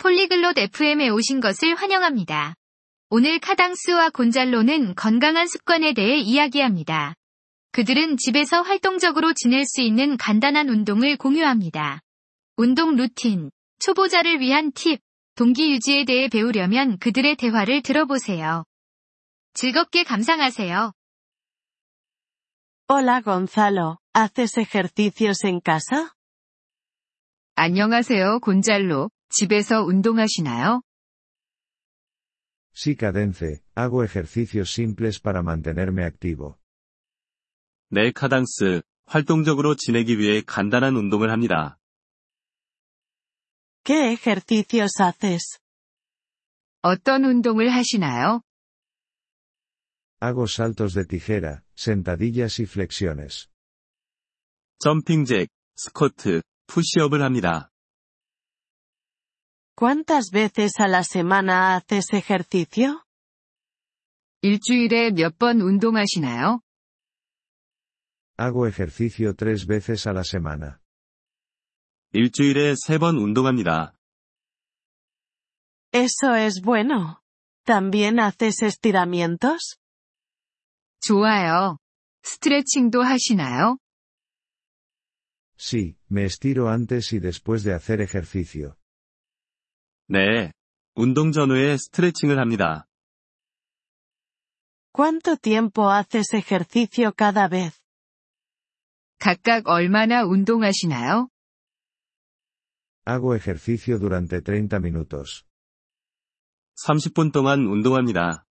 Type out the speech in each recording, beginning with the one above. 폴리글롯 FM에 오신 것을 환영합니다. 오늘 카당스와 곤잘로는 건강한 습관에 대해 이야기합니다. 그들은 집에서 활동적으로 지낼 수 있는 간단한 운동을 공유합니다. 운동 루틴, 초보자를 위한 팁, 동기 유지에 대해 배우려면 그들의 대화를 들어보세요. 즐겁게 감상하세요. Hola Gonzalo, ¿haces ejercicios en casa? 안녕하세요, 곤잘로. 집에서 운동하시나요? Sí, Cadence, hago ejercicios simples para mantenerme activo. 네, 카당스. 활동적으로 지내기 위해 간단한 운동을 합니다. ¿Qué ejercicios haces? 어떤 운동을 하시나요? Hago saltos de tijera, sentadillas y flexiones. 점핑잭, 스쿼트, 푸시업을 합니다. ¿Cuántas veces a la semana haces ejercicio? 일주일에 몇 번 운동하시나요? Hago ejercicio tres veces a la semana. 일주일에 세 번 운동합니다. Eso es bueno. ¿También haces estiramientos? 좋아요. 스트레칭도 하시나요? Sí, me estiro antes y después de hacer ejercicio. 네. 운동 전후에 스트레칭을 합니다. ¿Cuánto tiempo haces ejercicio cada vez? 각각 얼마나 운동하시나요? Hago ejercicio durante 30 minutos. 30분 동안 운동합니다.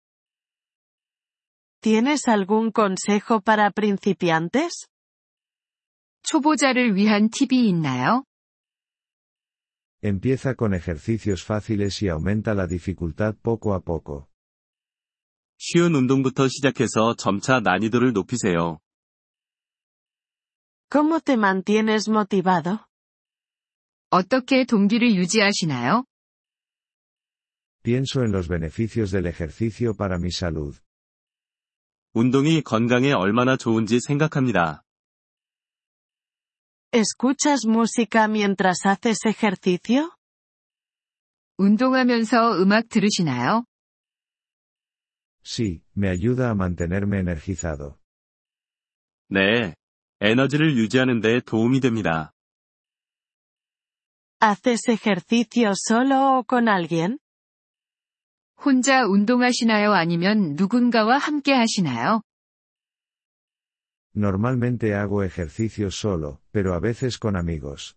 ¿Tienes algún consejo para principiantes? 초보자를 위한 팁이 있나요? Empieza con ejercicios fáciles y aumenta la dificultad poco a poco. 쉬운 운동부터 시작해서 점차 난이도를 높이세요. ¿Cómo te mantienes motivado? 어떻게 동기를 유지하시나요? Pienso en los beneficios del ejercicio para mi salud. 운동이 건강에 얼마나 좋은지 생각합니다. ¿Escuchas música mientras haces ejercicio? 운동하면서 음악 들으시나요? Sí, me ayuda a mantenerme energizado. 네. 에너지를 유지하는 데 도움이 됩니다. ¿Haces ejercicio solo o con alguien? 혼자 운동하시나요? 아니면 누군가와 함께 하시나요? Normalmente hago ejercicio solo, pero a veces con amigos.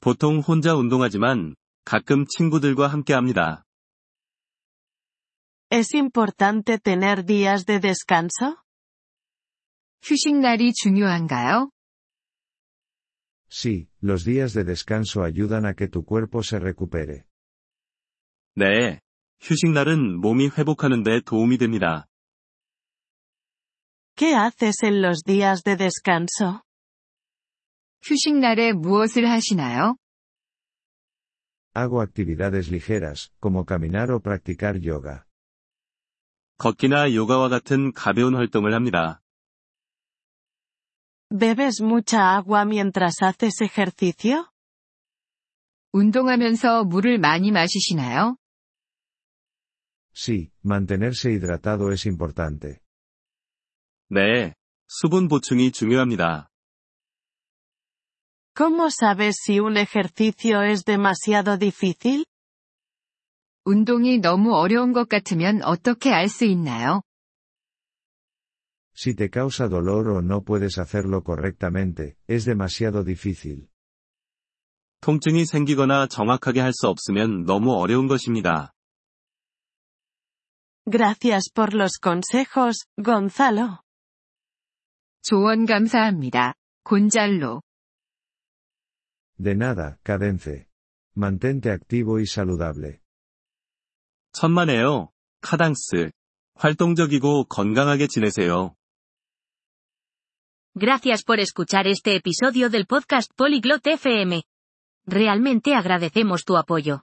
보통 혼자 운동하지만 가끔 친구들과 함께 합니다. ¿Es importante tener días de descanso? 휴식날이 중요한가요? Sí, los días de descanso ayudan a que tu cuerpo se recupere. 네. 휴식날은 몸이 회복하는 데 도움이 됩니다. ¿Qué haces en los días de descanso? 휴식날에 무엇을 하시나요? Hago actividades ligeras, como caminar o practicar yoga. 걷기나 요가와 같은 가벼운 활동을 합니다. ¿Bebes mucha agua mientras haces ejercicio? 운동하면서 물을 많이 마시시나요? Sí, mantenerse hidratado es importante. 네. 수분 보충이 중요합니다. ¿Cómo sabes si un ejercicio es demasiado difícil? 운동이 너무 어려운 것 같으면 어떻게 알 수 있나요? Si te causa dolor o no puedes hacerlo correctamente, es demasiado difícil. 통증이 생기거나 정확하게 할 수 없으면 너무 어려운 것입니다. Gracias por los consejos, Gonzalo. 조언 감사합니다. 곤잘로. De nada, cadence. Mantente activo y saludable. 천만에요. 카당스. 활동적이고 건강하게 지내세요. Gracias por escuchar este episodio del podcast Polyglot FM. Realmente agradecemos tu apoyo.